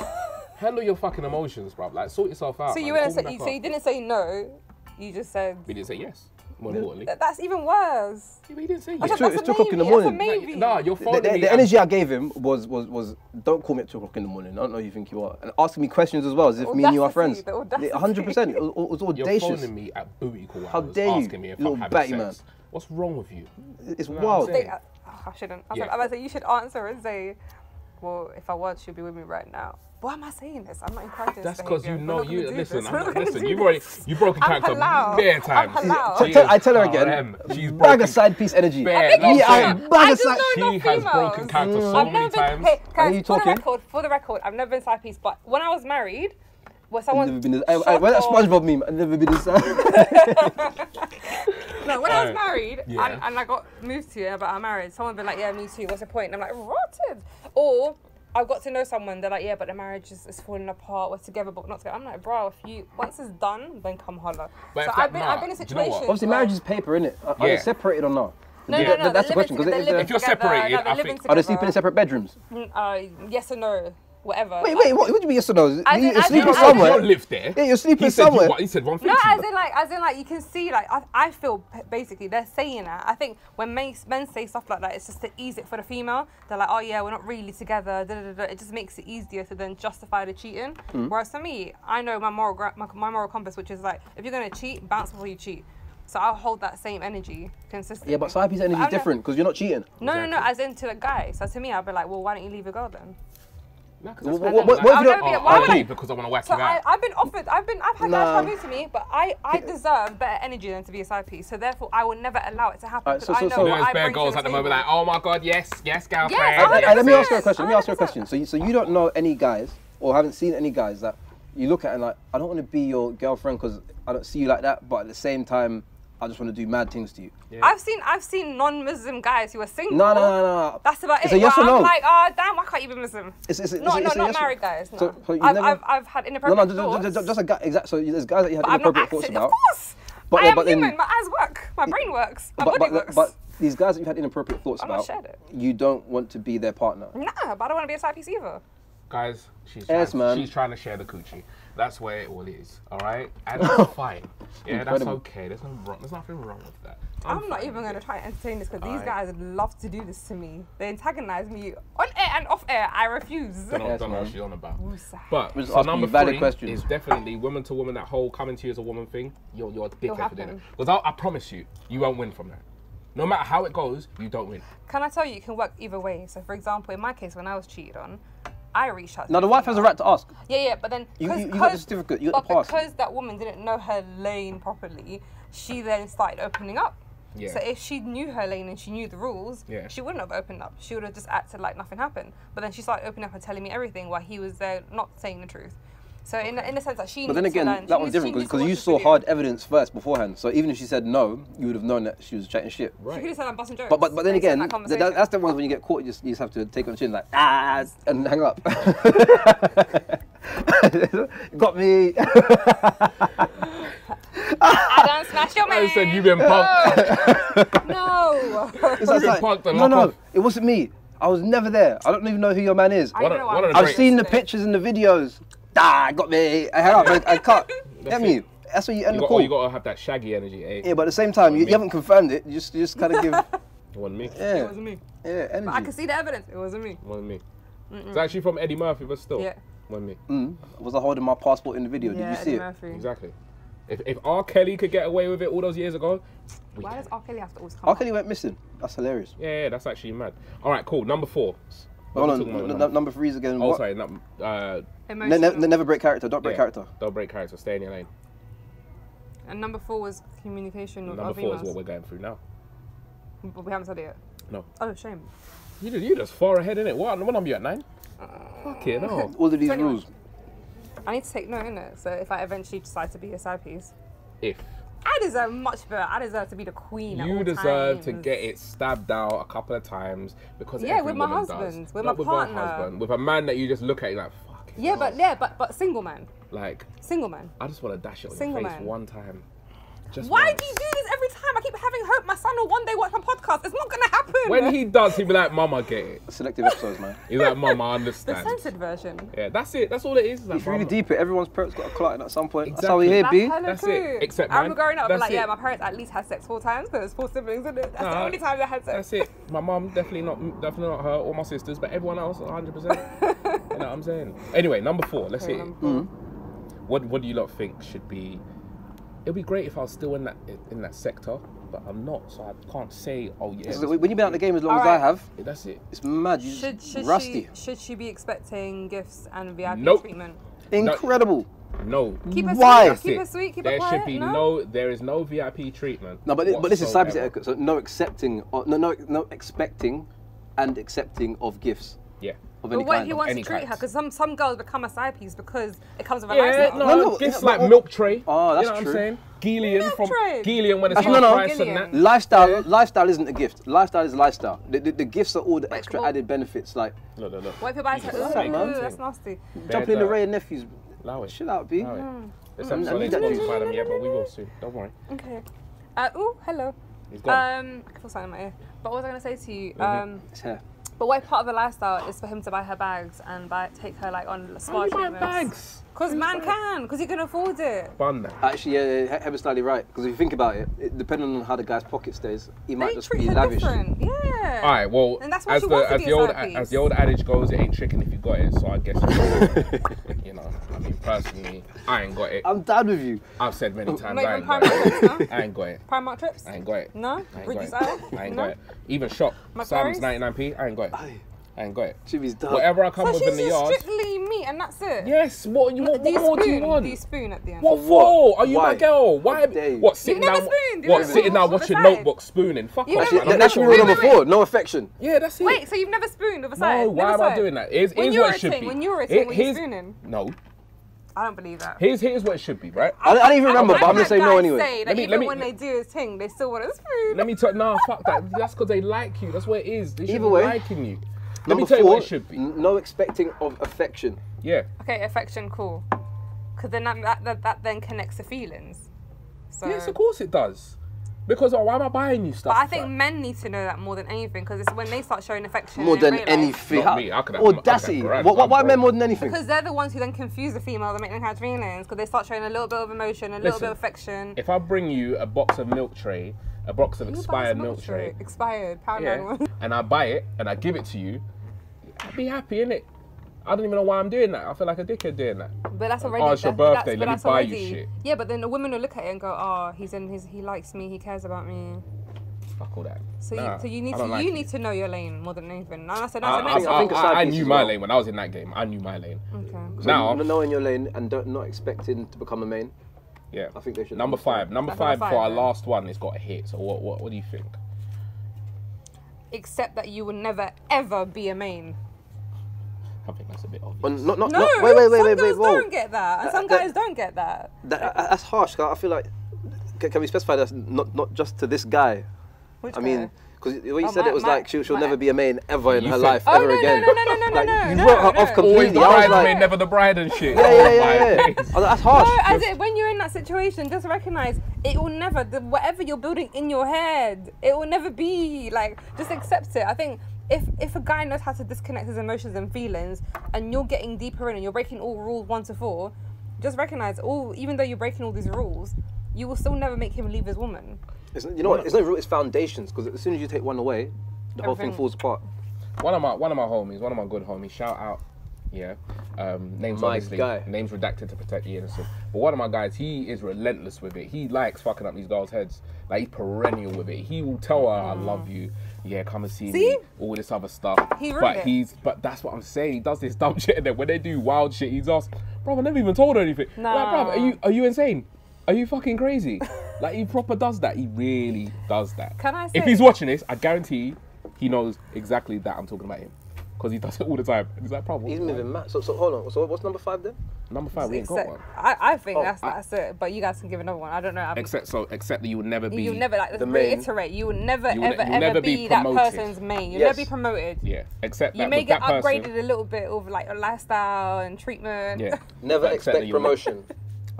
C: handle your fucking emotions, bruv. Like, sort yourself out.
B: So you
C: man.
B: wouldn't
C: Call
B: say,
C: back
B: so you
C: up.
B: didn't say no. You just said
C: We didn't say yes. More importantly,
B: that, that's even worse.
C: yeah, but he didn't say
B: That's
C: yes.
B: a-
A: true,
B: that's
A: it's
B: a
A: two o'clock in the
B: maybe, that's a
A: morning.
C: Like,
B: maybe.
C: nah, you're
A: The,
C: phoning
A: the,
C: me.
A: the
C: and-
A: energy I gave him was was was don't call me at two o'clock in the morning. I don't know who you think you are, and asking me questions as well as if me and you are friends.
B: Audacity, the audacity.
A: hundred percent. It was, it was
C: You're
A: audacious.
C: phoning me at booty call
A: How
C: hours,
A: dare you,
C: asking me if
A: little
C: I'm having
A: batty
C: sex.
A: man.
C: What's wrong with you?
A: It's
C: No, I'm
A: wild.
B: I,
C: saying-
B: think I, oh, I shouldn't. I was
C: Yeah.
B: like, I was like, you should answer and say, well, if I was, she'd be with me right now. Why am I saying this? I'm not encouraging
C: That's
B: this
C: because you
B: behaviour. We're
C: know
B: not gonna
C: you
B: do
C: listen.
B: this.
C: I'm
B: We're
C: not,
B: not gonna
C: listen.
B: do
C: You've
B: this.
C: already you broken
B: I'm
C: character
B: halal.
C: bare
B: I'm
C: times.
B: halal.
C: She
B: T-
A: Tell-
C: is
A: I tell her again.
C: RM. She's
A: Bag
C: broken.
A: a side piece energy.
C: Bare.
B: think
C: no,
B: it's
C: she-
A: Yeah, I-
B: true.
A: bag
B: I
A: a
B: just
A: side-
B: know
C: She
B: enough
C: has
B: females.
C: broken character so
B: I've
C: many
B: never been.
C: times.
B: Hey,
A: Mm. Are
B: guys,
A: you
B: for the
A: talking?
B: record, for the record, I've never been side piece. But when I was married, well,
A: I've
B: someone.
A: never been. I, I, when that
B: Shut up.
A: SpongeBob meme, I've never been inside.
B: No, when I was
C: Alright.
B: married
C: Oh, Yeah.
B: and, and I got moved to about our marriage, someone been like, yeah, me too. What's the point? And I'm like, rotted. Or I've got to know someone. They're like, yeah, but the marriage is, is falling apart. We're together, but we're not together. I'm like, bro, if you once it's done, then come holler.
C: But
B: so
C: if
B: I've
C: that-
B: been,
C: nah,
B: I've been in
C: do you know what?
B: situations.
A: Obviously,
B: where-
A: marriage is paper, innit? Are, are
C: Yeah.
A: they separated or not?
B: No,
A: Th-
B: no,
A: th-
B: no.
A: that's the
B: they're
A: question. Because
B: living- they're living
C: If you're
B: together,
C: separated,
B: no, they're
C: I
B: living
C: think-
A: are they sleeping
B: together.
A: in separate bedrooms?
B: Uh, yes or no, whatever.
A: Wait, wait, what? What do you mean yes or no?
B: I
A: You-
B: think-
A: You're
B: I
A: sleeping
B: think- I
C: You
B: think-
A: somewhere.
C: don't live there.
A: Yeah, you're sleeping
C: he said you
A: somewhere.
C: wa- he said one thing.
B: No,
C: to you,
B: as
C: but-
B: in like, as in like, you can see like, I, I feel p- basically they're saying that. I think when men, men say stuff like that, it's just to ease it for the female. They're like, oh yeah, we're not really together. Da, da, da, da. It just makes it easier to then justify the cheating.
A: Hmm.
B: Whereas for me, I know my moral gra- my, my moral compass, which is like, if you're gonna cheat, bounce before you cheat. So I'll hold that same energy consistently.
A: Yeah, but side piece energy
B: I
A: is
B: don't-
A: different because you're not cheating.
B: No, no, no. As in to a guy. So to me, I'd be like, well, why don't you leave a girl then?
C: No, 'cause
A: Wha-
C: that's
A: wha-
C: not-
A: wha-
C: like,
A: what if you
B: don't-
C: oh,
B: why
C: I
B: would I-
C: leave because I want to whack
B: So
C: you out.
B: I, I've been offered, I've been, I've had
A: Nah.
B: guys come to me, but I, I deserve better energy than to be a side piece. So therefore, I will never allow it to happen.
A: Alright,
B: because
A: so- so-
B: I know
A: so-
C: You
B: what
C: know,
B: I
C: there's bare
B: bring to
C: girls at the
B: table.
C: moment like, oh my god, yes, yes, girlfriend.
B: I
A: Alright,
B: don't
A: let me ask you a
B: understand.
A: question. Let me
B: I
A: ask you a question.
B: understand.
A: So, you, so you don't know any guys, or haven't seen any guys that you look at and like, I don't want to be your girlfriend because I don't see you like that, but at the same time, I just want to do mad things to you.
B: I've seen, I've seen non-Muslim guys who are single.
A: No, no, no, no, no.
B: That's about
A: It's
B: it.
A: a yes
B: Where
A: or
B: I'm
A: no.
B: like, oh damn, why can't you be Muslim?
A: It's- it's- it's a-
B: not, not,
A: it's a
B: not
A: yes or-
B: married guys. No.
A: So- so you've
B: I've,
A: never-
B: I've, I've had
A: No,
B: inappropriate
A: no, just,
B: thoughts.
A: just, just a guy. Exactly. So there's guys that you had
B: but I'm not
A: inappropriate thoughts
B: acting. Of
A: about.
B: course,
A: But
B: I
A: yeah,
B: am
A: but then-
B: human. my eyes work. My brain works. My
A: But,
B: body
A: but,
B: works.
A: but these guys that you've had inappropriate thoughts
B: I'm not
A: about,
B: shared it.
A: you don't want to be their partner.
B: nah, but I don't want to be a side piece either.
C: Guys, she's
A: Yes,
C: trying,
A: man.
C: she's trying to share the coochie. That's where it all is. All right, and that's fine. Yeah, that's
A: Incredible.
C: okay. There's no wrong. There's nothing wrong with that.
B: I'm not
C: fine
B: even
C: with
B: going to
C: it.
B: try and entertain this because these
C: Alright.
B: guys love to do this to me. They antagonize me on air and off air. I refuse.
C: Don't know,
A: Yes,
C: don't know what
A: man.
C: she's on about.
B: sir.
C: But
A: We're just
C: so
A: asking
C: number
A: you valid
C: three
A: questions.
C: is definitely woman to woman. That whole coming to you as a woman thing. You're you're a dickhead for doing it.
B: happen.
C: Because I, I promise you, you won't win from that. No matter how it goes, you don't win.
B: Can I tell you, it can work either way. So, for example, in my case, when I was cheated on, I reached out. to
A: Now, the wife has a right to ask.
B: Yeah, yeah, but then
A: You-
B: cause,
A: you- you got the
B: 'cause-
A: certificate, you got
B: but
A: the pass.
B: because that woman didn't know her lane properly, she then started opening up.
C: Yeah.
B: So if she knew her lane and she knew the rules,
C: Yeah.
B: she wouldn't have opened up. She would have just acted like nothing happened. But then she started opening up and telling me everything while he was there not saying the truth. So in, in the sense that she
A: But then
B: needs to
A: again,
B: learn- she
A: that one's
B: needs- she
A: different
B: needs to
A: because
B: watch
A: you
B: this
A: saw
B: video.
A: hard evidence first beforehand. So even if she said no, you would have known that she was chatting shit.
B: She could have said I'm busting jokes.
A: But but, but then
B: based on
A: again,
B: that
A: th- that,
B: conversation.
A: that's the ones when you get caught, you just, you just have to take on the chin like ah and hang up. Got me.
B: I don't smash your man.
C: I said you've been punked.
B: No.
A: It's just
C: You've
A: like,
C: parked and
A: no
C: lock
A: no,
C: off.
A: it wasn't me. I was never there. I don't even know who your man is.
B: I
C: One
B: don't
C: of-
B: know
C: one
B: why
C: of
B: I'm
C: the
B: doing
A: I've
C: great.
B: this
A: seen the
B: today.
A: pictures and the videos. Ah, got me. I hang up. I, I cut. Get
C: That's
A: me.
C: it.
A: That's what you end
C: You
A: the
C: got, oh,
A: call.
C: you got to have that shaggy energy, eh?
A: yeah, but at the same time, you,
C: me.
A: you haven't confirmed it. You just you just kind of give.
C: You want me?
B: It
A: Yeah,
B: wasn't me.
A: yeah, energy.
B: But I can see the evidence. It wasn't me.
C: One me. It's actually from Eddie Murphy, but still.
B: Yeah.
C: One me.
A: Mm. Was I holding my passport in the video?
B: yeah,
A: Did you
B: Eddie
A: see it?
B: Murphy.
C: Exactly. If, if R. Kelly could get away with it all those years ago, we
B: Why
C: can.
B: does R. Kelly have to always come?
A: R.
B: up?
A: Kelly went missing. That's hilarious.
C: Yeah, yeah, that's actually mad. All right, cool. Number four.
A: Hold
C: What we
A: on,
C: talking about
A: n-
C: with
A: n-
C: number-
A: number three is again.
C: Oh,
A: what?
C: sorry. Num- uh,
A: Ne-
B: Emotional.
A: ne- ne- never break character. Don't break
C: yeah.
A: character.
C: Don't break character. Stay in your lane.
B: and number four was communication with
C: Number
B: other
C: four is
B: females.
C: what we're going through now.
B: But we haven't said it yet.
C: No.
B: Oh, shame.
C: You, you just far ahead, innit? What, what number you at? Nine? Fucking
B: Uh,
C: hell.
A: All of these
B: 21.
A: rules.
B: I need to take note in it. So if I eventually decide to be a side piece,
C: If
B: I deserve much better. I deserve to be the queen. at
C: you
B: all
C: deserve to
B: times.
C: get it stabbed out a couple of times because
B: Yeah,
C: every
B: with my
C: woman does.
B: husband, with
C: Not
B: my
C: with
B: partner.
C: your husband, with a man that you just look at, you like, fuck.
B: Yeah, but yeah, but but single man,
C: Like,
B: single man.
C: I just want to dash it on
B: Single
C: your face
B: man.
C: one time. Just
B: Why
C: once.
B: do you do this every every time I keep having hope my son will one day watch my podcast. It's not gonna happen.
C: When he does, he'll be like, "Mama, I get it."
A: Selective episodes, man.
C: He's like, "Mama, I
B: the
C: understand."
B: censored version.
C: Yeah, that's it. That's all it is. It's like,
A: It's really
C: "Mama."
A: deep. Everyone's parents got a clotting at some point. That's how we
C: Exactly.
A: hear, B.
B: That's hella
C: That's it,
B: true.
C: except
B: I remember
C: mine.
B: growing up, I'd be
C: That's
B: like, yeah,
C: it.
B: my parents at least had sex four times because there's four siblings, isn't it? That's the
C: Nah.
B: only time they had sex.
C: That's it. My mum definitely not, definitely not her or my sisters, but everyone else, 100. percent You know what I'm saying? Anyway, number four. Let's
B: Okay,
C: hit. it.
B: number four.
A: Mm.
C: What What do you lot think should be? It'd be great if I was still in that in that sector, but I'm not, so I can't say. Oh yeah,
A: So When you've been out the game as long as I
B: Alright.
A: have,
C: that's it.
A: it's mad. You
B: Should,
A: just
B: should,
A: rusty.
B: she, should she be expecting gifts and VIP
C: Nope.
B: treatment?
A: Incredible.
C: No.
B: Keep her
A: Why?
B: sweet,
C: That's
B: keep
C: it.
B: her sweet, keep her
C: there
B: quiet.
C: should be
B: no?
C: no? There is no VIP treatment.
A: No, but thi- but this is cyber
C: whatsoever.
A: etiquette. So no accepting, or no no no expecting, and accepting of gifts
C: Yeah.
A: of any
B: But what if
A: kind.
B: he wants to
C: any
B: treat
C: kind.
B: her? Because some, some girls become a side piece because it comes with a
C: Yeah,
B: nice
C: no,
A: No, no,
C: gifts
A: no,
C: like
A: but-
C: milk tray.
A: Oh, that's
C: you know
A: true.
C: what I'm saying? Gillian
B: Milk
C: from
B: tray.
C: Gillian when it's
A: That's
C: half
A: not-
C: price and
B: Gillian.
C: that.
A: Lifestyle, lifestyle isn't a gift. Lifestyle is lifestyle. The, the, the gifts are all the extra
B: come on.
A: added benefits, like
C: Look, look, look.
B: What if your buys her?
C: That's
B: Ooh,
A: not
B: ooh,
A: nice.
B: that's nasty.
A: jumping in the
C: dirt.
A: Ray and nephews.
C: Allow it.
A: Chill out, B.
C: Allow it. This
A: I
C: episode
A: need
C: ain't
A: that
C: sponsored
A: juice.
C: by them yet, but we will soon. Don't worry.
B: Okay. Uh, ooh, hello.
C: It's gone.
B: Um, I can feel something in my ear. But what was I going to say to you?
C: Mhm.
B: Um,
A: It's hair.
B: but what if part of the lifestyle is for him to buy her bags and buy, take her like on
C: Why
B: spa
C: you buy
B: treatments?
C: bags?
B: Because man can, because he can afford it.
C: Bun that.
A: Actually, yeah, yeah, Heber's slightly right. Because if you think about it, it, depending on how the guy's pocket stays, he might
B: They
A: just
B: treat
A: be
B: her
A: lavish.
B: different. Yeah.
C: All right, well,
B: And that's why
C: as
B: she wants
C: the
B: to
C: as
B: be
C: the
B: a
C: old
B: side
C: as
B: piece.
C: the old adage goes, it ain't tricking if you got it. So I guess you, you know. I mean, personally, I ain't got it.
A: I'm down with you.
C: I've said many times,
B: Not
C: I
B: even
C: ain't got it.
B: Primark trips, no? Primark trips?
C: I ain't got it. I ain't got it.
B: No?
C: I ain't got
B: Reduce
C: it.
B: out?
C: I ain't
B: no?
C: got it. Even shop. Sam's
B: McFlurries?
C: 99p. I ain't got it.
A: Aye.
C: I ain't got it.
A: Jimmy's done.
C: Whatever I come
B: So
C: with
B: she's
C: in the
B: just
C: yard.
B: strictly meat and that's it?
C: Yes. What you want?
B: Do
C: What
B: you
C: more do you
B: spoon?
C: want?
B: Do you spoon at the end?
C: What
A: For
C: for?
A: what?
C: Are you
A: Why?
C: my girl? Why?
A: How dare you?
C: What sitting
B: never
C: down?
B: spooned, you
C: What
B: never
C: sitting down
B: spooned,
C: watching
B: what's the
C: notebook spooning? Fuck
B: You
C: off.
B: never-
A: Actually,
C: man,
A: that-
C: I'm
A: that should be rule
C: not-
A: number four. No affection.
C: Yeah, that's it.
B: Wait, so you've never spooned with a side?
C: no, why
B: Never
C: am I
B: side?
C: doing that? Here's,
B: When
C: here's
B: you
C: what
B: were
C: it
B: a
C: should
B: teen-
C: be.
B: when you were a
C: Here-
B: teen, were you
C: here's-
B: spooning?
C: No.
B: I don't believe that.
C: Here's here's what it should be, right?
A: I, I don't even
B: I
A: remember,
B: don't
A: but I'm gonna
B: like
A: say no
B: guys
A: anyway.
B: Say that
C: Let me-
B: even
C: let me-
B: when they do a thing, they still want a spoon.
C: Let me tell. Nah, fuck that. That's because they like you. That's what it is. They should
A: Either
C: be
A: way,
C: liking you. Let
A: Number
C: me tell you
A: four. Mm.
C: what it should be.
A: n- No expecting of affection.
C: Yeah.
B: Okay, affection, cool. Because then that, that, that that then connects to feelings. So,
C: Yes, of course it does. Because oh, why am I buying you stuff?
B: but I think
C: Like,
B: men need to know that more than anything because it's when they start showing affection.
A: More
B: in
A: than
B: real life.
A: anything.
C: Not me, I could have-
A: Audacity.
C: I could have
A: Why- why- why
C: grabbed
A: men more than anything?
B: Because they're the ones who then confuse the female that make them have feelings because they start showing a little bit of emotion, a little
C: Listen,
B: bit of affection.
C: if I bring you a box of milk tray, a box of
B: Who buys
C: expired milk tray,
B: Expired, pound yeah.
C: yeah,
B: one.
C: and I buy it and I give it to you, I'd be happy innit? I don't even know why I'm doing that. I feel like a dickhead doing that.
B: But that's already.
C: Oh, it's your
B: that- but that's-
C: birthday,
B: but
C: let me
B: that's
C: buy you
B: already-
C: shit.
B: Yeah, but then the women will look at it and go, "Oh, he's in his. He likes me. He cares about me."
C: Fuck all that.
B: So
C: Nah,
B: you, so you
C: I
B: need to,
C: don't like
B: you
C: it.
B: need to know your lane more than anything. And I said,
C: I,
B: that's
C: I,
B: amazing.
A: I think
C: I-
A: a side
C: I
A: piece
C: knew
A: as
C: my
A: well.
C: lane when I was in that game. I knew my lane.
B: Okay.
C: Now,
A: no, knowing your lane and don't, not expecting to become a main.
C: yeah.
A: I think they should
C: Number
A: understand.
C: five. Number
B: That's
C: five
B: number
C: for
B: five,
C: our
B: then.
C: last one. It's got a hit. So what? What, what do you think?
B: Except that you will never ever be a main.
C: I think that's a bit obvious.
A: Well, not, not,
B: No,
A: not, wait, wait, wait,
B: some
A: wait, wait,
B: girls
A: whoa.
B: don't get that, and
A: Uh,
B: some
A: that-
B: guys don't get that.
A: That, I- I- that's harsh. 'cause I feel like can, can we specify that's not not just to this guy.
B: Which
A: I
B: guy?
A: mean, because the way you
B: Oh,
A: said
B: my-
A: it was
B: my-
A: like she, she'll
B: my-
A: never be a main ever in
C: You
A: her
C: said-
A: life
B: Oh,
A: ever
B: no, no,
A: again.
B: no, no, no, no,
A: like,
B: no,
A: You
B: no,
A: wrote her
B: no.
A: off
C: Always
A: completely.
C: the
A: I was
C: bridesmaid,
A: like,
C: never the bride and shit. Oh
A: yeah, yeah, yeah,
C: My
A: yeah. I
C: days.
A: was like, that's
B: No,
A: harsh.
B: as it when you're in that situation, just recognize it will never the, whatever you're building in your head, it will never be like just accept it. I think if if a guy knows how to disconnect his emotions and feelings, and you're getting deeper in and you're breaking all rules one to four, just recognize all even though you're breaking all these rules, you will still never make him leave his woman.
A: It's, you know what? It's not even it's foundations because as soon as you take one away, the whole thing
B: Everything-
A: falls apart.
C: one of my one of my homies, one of my good homies. Shout out, yeah. Um, names
A: My
C: obviously,
A: guy.
C: names redacted to protect the innocent. But one of my guys, he is relentless with it. He likes fucking up these girls' heads. Like he's perennial with it. He will tell her, "I love you." Yeah, come and see,
B: See?
C: me. All this other stuff.
B: He ruined
C: but
B: it.
C: he's but that's what I'm saying. He does this dumb shit, and then when they do wild shit, he's asked, "Bro, I never even told her anything." Like, bro,
B: Nah.
C: are you are you insane? Are you fucking crazy? like he proper does that. He really does that.
B: Can I
C: If
B: say-
C: he's watching this, I guarantee he knows exactly that I'm talking about him. Because he does it all the time. He's like, probably.
A: He's moving mad. So, so hold on. So what's number five then?
C: Number five, we ain't got
B: Except-
C: one.
B: I, I think
A: Oh,
B: that's
C: I-
B: that's it. But you guys can give another one. I don't know. I'm-
C: Except so, except that you will never be.
B: You'll never like
A: the main.
B: reiterate. You will never
C: You will ne-
B: ever
C: you'll
B: ever
C: never be
B: be, that
C: promoted.
B: person's main. You'll
A: Yes.
B: never be promoted.
C: Yeah. Except that
B: You may
C: with
B: get
C: that
B: upgraded
C: Person,
B: a little bit of like your lifestyle and treatment.
C: yeah.
A: Never
C: Except that
A: expect
C: you will ne-
A: promotion.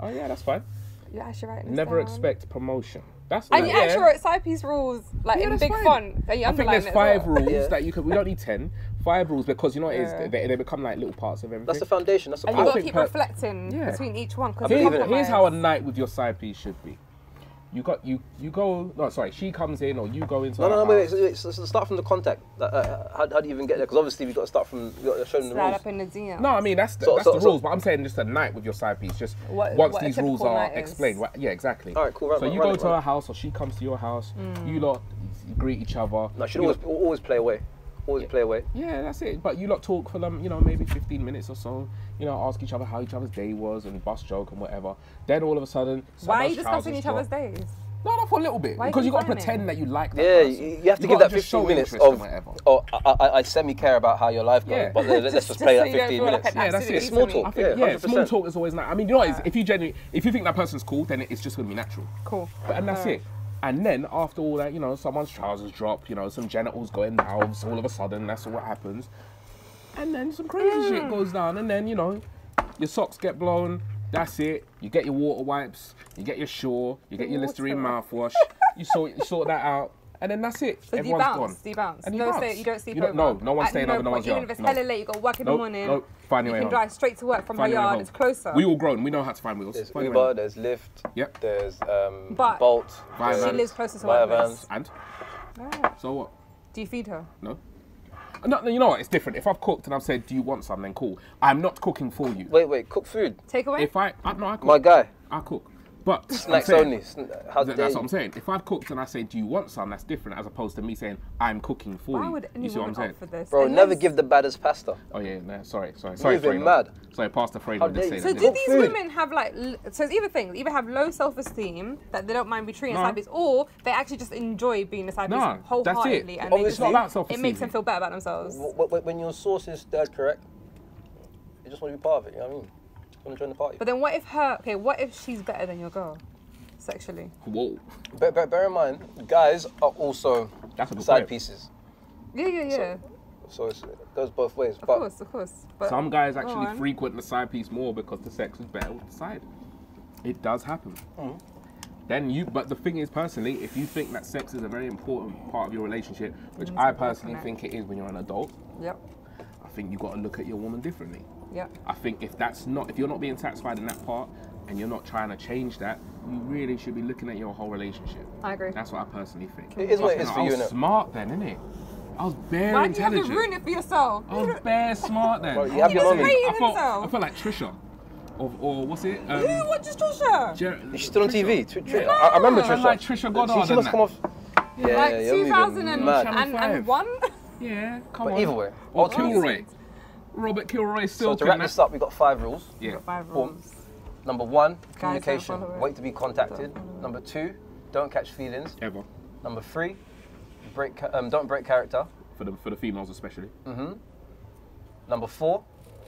C: Oh yeah, that's fine.
B: You're actually right.
C: Never expect promotion. That's
B: And
C: like-
B: you actually wrote side piece rules like
C: Yeah,
B: in
C: that's
B: big
C: fine.
B: font. And you
C: I think
B: underline
C: there's
B: it.
C: five
B: as well.
C: rules
A: Yeah.
C: that you could. We don't need ten. Five rules because you know what it is.
B: Yeah.
C: They, they become like little parts of everything.
A: That's the foundation. That's the
B: And
C: I
B: you
A: core.
B: got to
C: think
B: keep
C: per-
B: reflecting
C: Yeah.
B: between each one because
A: believe
C: Here's,
A: it.
C: here's how a night with your side piece should be. You got you you go. No, sorry. She comes in or you go into.
A: No,
C: her
A: no, no, wait, wait.
C: house.
A: So, wait, so- so start from the contact. Uh, Uh, how, how do you even get there? Because obviously we've got to start from, we've got to show them the
B: slide
A: rules.
B: up in the DM.
C: No, I mean that's the,
A: So-
C: that's
A: so-
C: the
A: so-
C: rules, but I'm saying just a night with your side piece. Just
B: What-
C: once
B: what a
C: these rules
B: typical
C: are
B: night is.
C: explained. Wha- yeah, exactly.
A: All right, cool, right,
C: so
A: right,
C: you
A: right,
C: go
A: right,
C: to
A: right.
C: her house or she comes to your house.
B: Mm.
C: You lot greet each other.
A: No, should
C: you
A: always
C: lot-
A: always play away. Always play away.
C: Yeah, that's it. But you lot talk for um, you know, maybe fifteen minutes or so. You know, ask each other how each other's day was and bust joke and whatever. Then all of a sudden,
B: Why are you
C: someone's
B: discussing
C: trousers
B: each other's
C: drop.
B: days?
C: No, not for a little bit
B: Why
C: because
B: you
C: you got to
B: confine it?
C: pretend that you like that.
A: Yeah,
C: person.
A: you, you have to give
C: gotta
A: that
C: just show
A: 15 minutes
C: interest and
A: of,
C: whatever.
A: oh, I, I, I semi-care about how your life goes,
C: Yeah.
A: but let, us just,
B: Just
A: play
B: so
A: that
B: you don't
A: 15
B: feel like
A: minutes.
B: an
C: Yeah, that's
B: absolute
C: it.
A: Small
B: idiot to me.
A: talk.
C: I think,
A: Yeah,
C: yeah, small
A: 100%.
C: talk is always nice. I mean, you know, what, it's- if you genuinely, if you think that person's cool, then it's just gonna be natural.
B: Cool.
C: But, and that's it. And then after all that, you know, someone's trousers drop, you know, some genitals go in mouths. All of a sudden, that's all what happens. And then some crazy
B: Mm.
C: shit goes down. And then you know, your socks get blown. That's it. You get your water wipes. You get your shore. You get your
B: Water.
C: Listerine mouthwash. You sort you sort that out. And then that's it.
B: So do you
C: Everyone's
B: bounce?
C: gone.
B: Do you bounce?
C: And you
B: no,
C: bounce.
B: Stay, you don't sleep
C: You don't-
B: over.
C: no, no one's
B: At
C: staying over, no
B: point,
C: one's young.
B: Even if it's
C: No.
B: hella late, you got work in the
C: Nope,
B: morning.
C: nope. Find your
B: you
C: way
B: can
C: home.
B: drive straight to work from
C: Find
B: her
C: your way
B: yard.
C: home.
B: It's closer.
C: We all grown. We know how to find wheels.
A: There's
C: Find your way
A: Uber,
C: home.
A: there's Lyft,
C: Yep.
A: there's um,
B: But
A: Bolt.
C: Via
A: there's
B: she
C: vans.
B: lives closer to
A: Via
B: her place.
C: And
B: Alright.
C: so what?
B: Do you feed her?
C: No. No, no, you know what? It's different. If I've cooked and I've said, "Do you want something?" Cool. I'm not cooking for you.
A: Wait, wait, cook food.
B: Take away.
C: If I, I no, I cook.
A: My guy,
C: I cook. But I'm
A: snacks
C: saying-
A: only. Sn- How
C: Th-
A: dare
C: that's
A: you?
C: what I'm saying. If I've cooked and I say, "Do you want some?" That's different, as opposed to me saying, "I'm cooking for
B: Why
C: you."
B: would
C: you see
B: anyone
C: what I'm
B: opt
C: saying?
B: for this?
A: Bro,
B: And
A: never
B: then-
A: give the baddest pasta.
C: Oh yeah, no, sorry, sorry, sorry.
A: even
C: Fredo.
A: mad.
C: Sorry, Pastor
A: How
C: Fredo
A: dare
C: did say
A: you.
B: So
C: that.
A: Cook
B: do
C: didn't
B: these
A: food.
B: women have like l- so it's either things either have low self esteem that they don't mind betraying
C: No.
B: side piece, or they actually just enjoy being a side piece
C: No, that's it. Oh,
B: wholeheartedly and
A: Obviously,
B: they
A: it's
B: just,
A: not
C: about
B: it
C: self-esteem.
B: makes them feel better about themselves.
A: Wh- wh- When your sauce is stirred correct, you just want to be part of it, you know what I mean? You want to join the party.
B: But then what if her okay, what if she's better than your girl? Sexually.
C: it? Whoa,
A: Bear, bear, bear in mind, guys are also
C: That's a good
A: side
C: point.
A: pieces.
B: Yeah, yeah, yeah.
A: So it's, it goes both ways.
B: of
A: but
B: course, of course. But
C: some guys
B: go
C: actually
B: on.
C: frequent the side piece more because the sex is better with the side. It does happen.
A: Oh.
C: Then you, but the thing is, personally, if you think that sex is a very important part of your relationship, which
B: need to
C: I
B: work on
C: personally
B: it.
C: think it is when you're an adult,
B: Yep.
C: I think you've got to look at your woman differently.
B: Yep.
C: I think if that's not, if you're not being satisfied in that part and you're not trying to change that, you really should be looking at your whole relationship.
B: I agree.
C: That's what I personally think.
A: It is what it
C: Fucking
A: is
C: hell,
A: for
C: I
A: you,
C: was
A: innit?
C: smart then, innit? I was bare
B: Why do you have to
C: intelligent. Oh,
B: ruin it for yourself?
C: I was bare smart then.
A: Bro, you have
B: He
A: your
B: was
A: moment.
B: raised-
C: I felt,
B: himself.
C: I felt like Trisha. Or, or what's it? Um,
B: Who what just Trisha?
C: Jer-
A: She's still on TV. Tr- Tr-
C: Yeah.
A: I, I remember
C: Yeah,
A: Trisha.
C: like Trisha Goddard
A: She, she
C: and
A: must
C: that.
A: come off. Yeah,
B: like
A: yeah,
B: two
A: you're
B: thousand
A: moving
B: and
A: mad.
B: and, and
C: Five.
B: one?
C: Yeah, come
A: But
C: on.
A: either way,
C: Or
A: ultimately-
C: Kilroy. Robert Kilroy still
A: So to
C: can
A: wrap
C: that-
A: this up, we got five rules.
C: Yeah.
B: Five
A: Boom.
B: rooms.
A: Number one,
B: don't
A: communication.
B: follow it.
A: Wait to be contacted.
B: Don't follow it.
A: Number two, don't catch feelings.
C: Ever.
A: Number three, break. ca- Um, don't break character.
C: For the, for the females especially.
B: Mm.
A: Number four,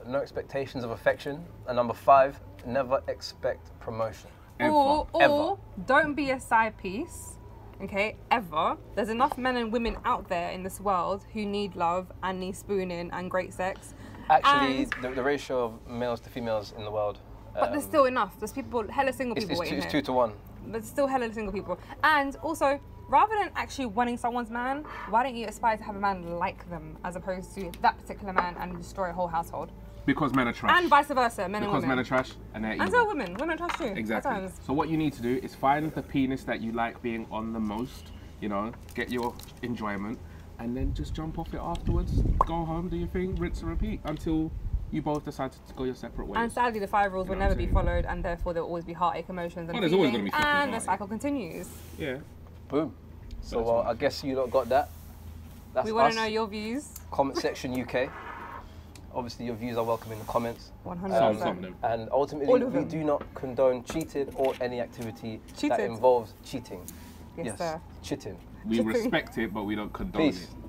A: no expectations of affection. And number five, never expect promotion.
C: Ever.
B: Or, or
A: Ever.
B: don't be a side piece, okay? Ever. There's enough men and women out there in this world who need love and need spooning and great sex.
A: Actually,
B: And-
A: the, the ratio of males to females in the world.
B: but there's still enough. There's people, hella single
A: It's,
B: people
A: it's, two,
B: waiting
A: it's
B: here.
A: two to one.
B: But there's still hella single people. And also, rather than actually wanting someone's man, why don't you aspire to have a man like them as opposed to that particular man and destroy a whole household?
C: Because men are trash.
B: And vice versa, men and
C: because men are
B: women.
C: trash and they're
B: and
C: evil.
B: so are women. Women trust you. at
C: Exactly.
B: times.
C: So what you need to do is find the penis that you like being on the most. You know, get your enjoyment, and then just jump off it afterwards. Go home, do your thing, rinse and repeat until you both decide to go your separate ways.
B: And sadly, the five rules will
C: You know what
B: never
C: I'm
B: be
C: saying?
B: followed, and therefore there will always be heartache, emotions, and
C: Oh, there's always
B: feelings,
C: gonna be fucking
B: and the
C: heartache.
B: cycle continues.
C: yeah.
A: Boom. So
C: That's
A: uh,
C: one.
A: I guess you lot got that. That's
B: we want
A: us.
B: to know your views.
A: Comment section UK. Obviously, your views are welcome in the comments.
B: 100.
C: Some, some of them.
A: And
B: All
A: ultimately,
B: of
A: we
B: them.
A: do not condone cheating or any activity that
B: Cheated.
A: involves cheating.
B: Yes, sir.
A: cheating.
C: We
B: Just-
C: respect it, but we don't condone
A: Peace.
C: it.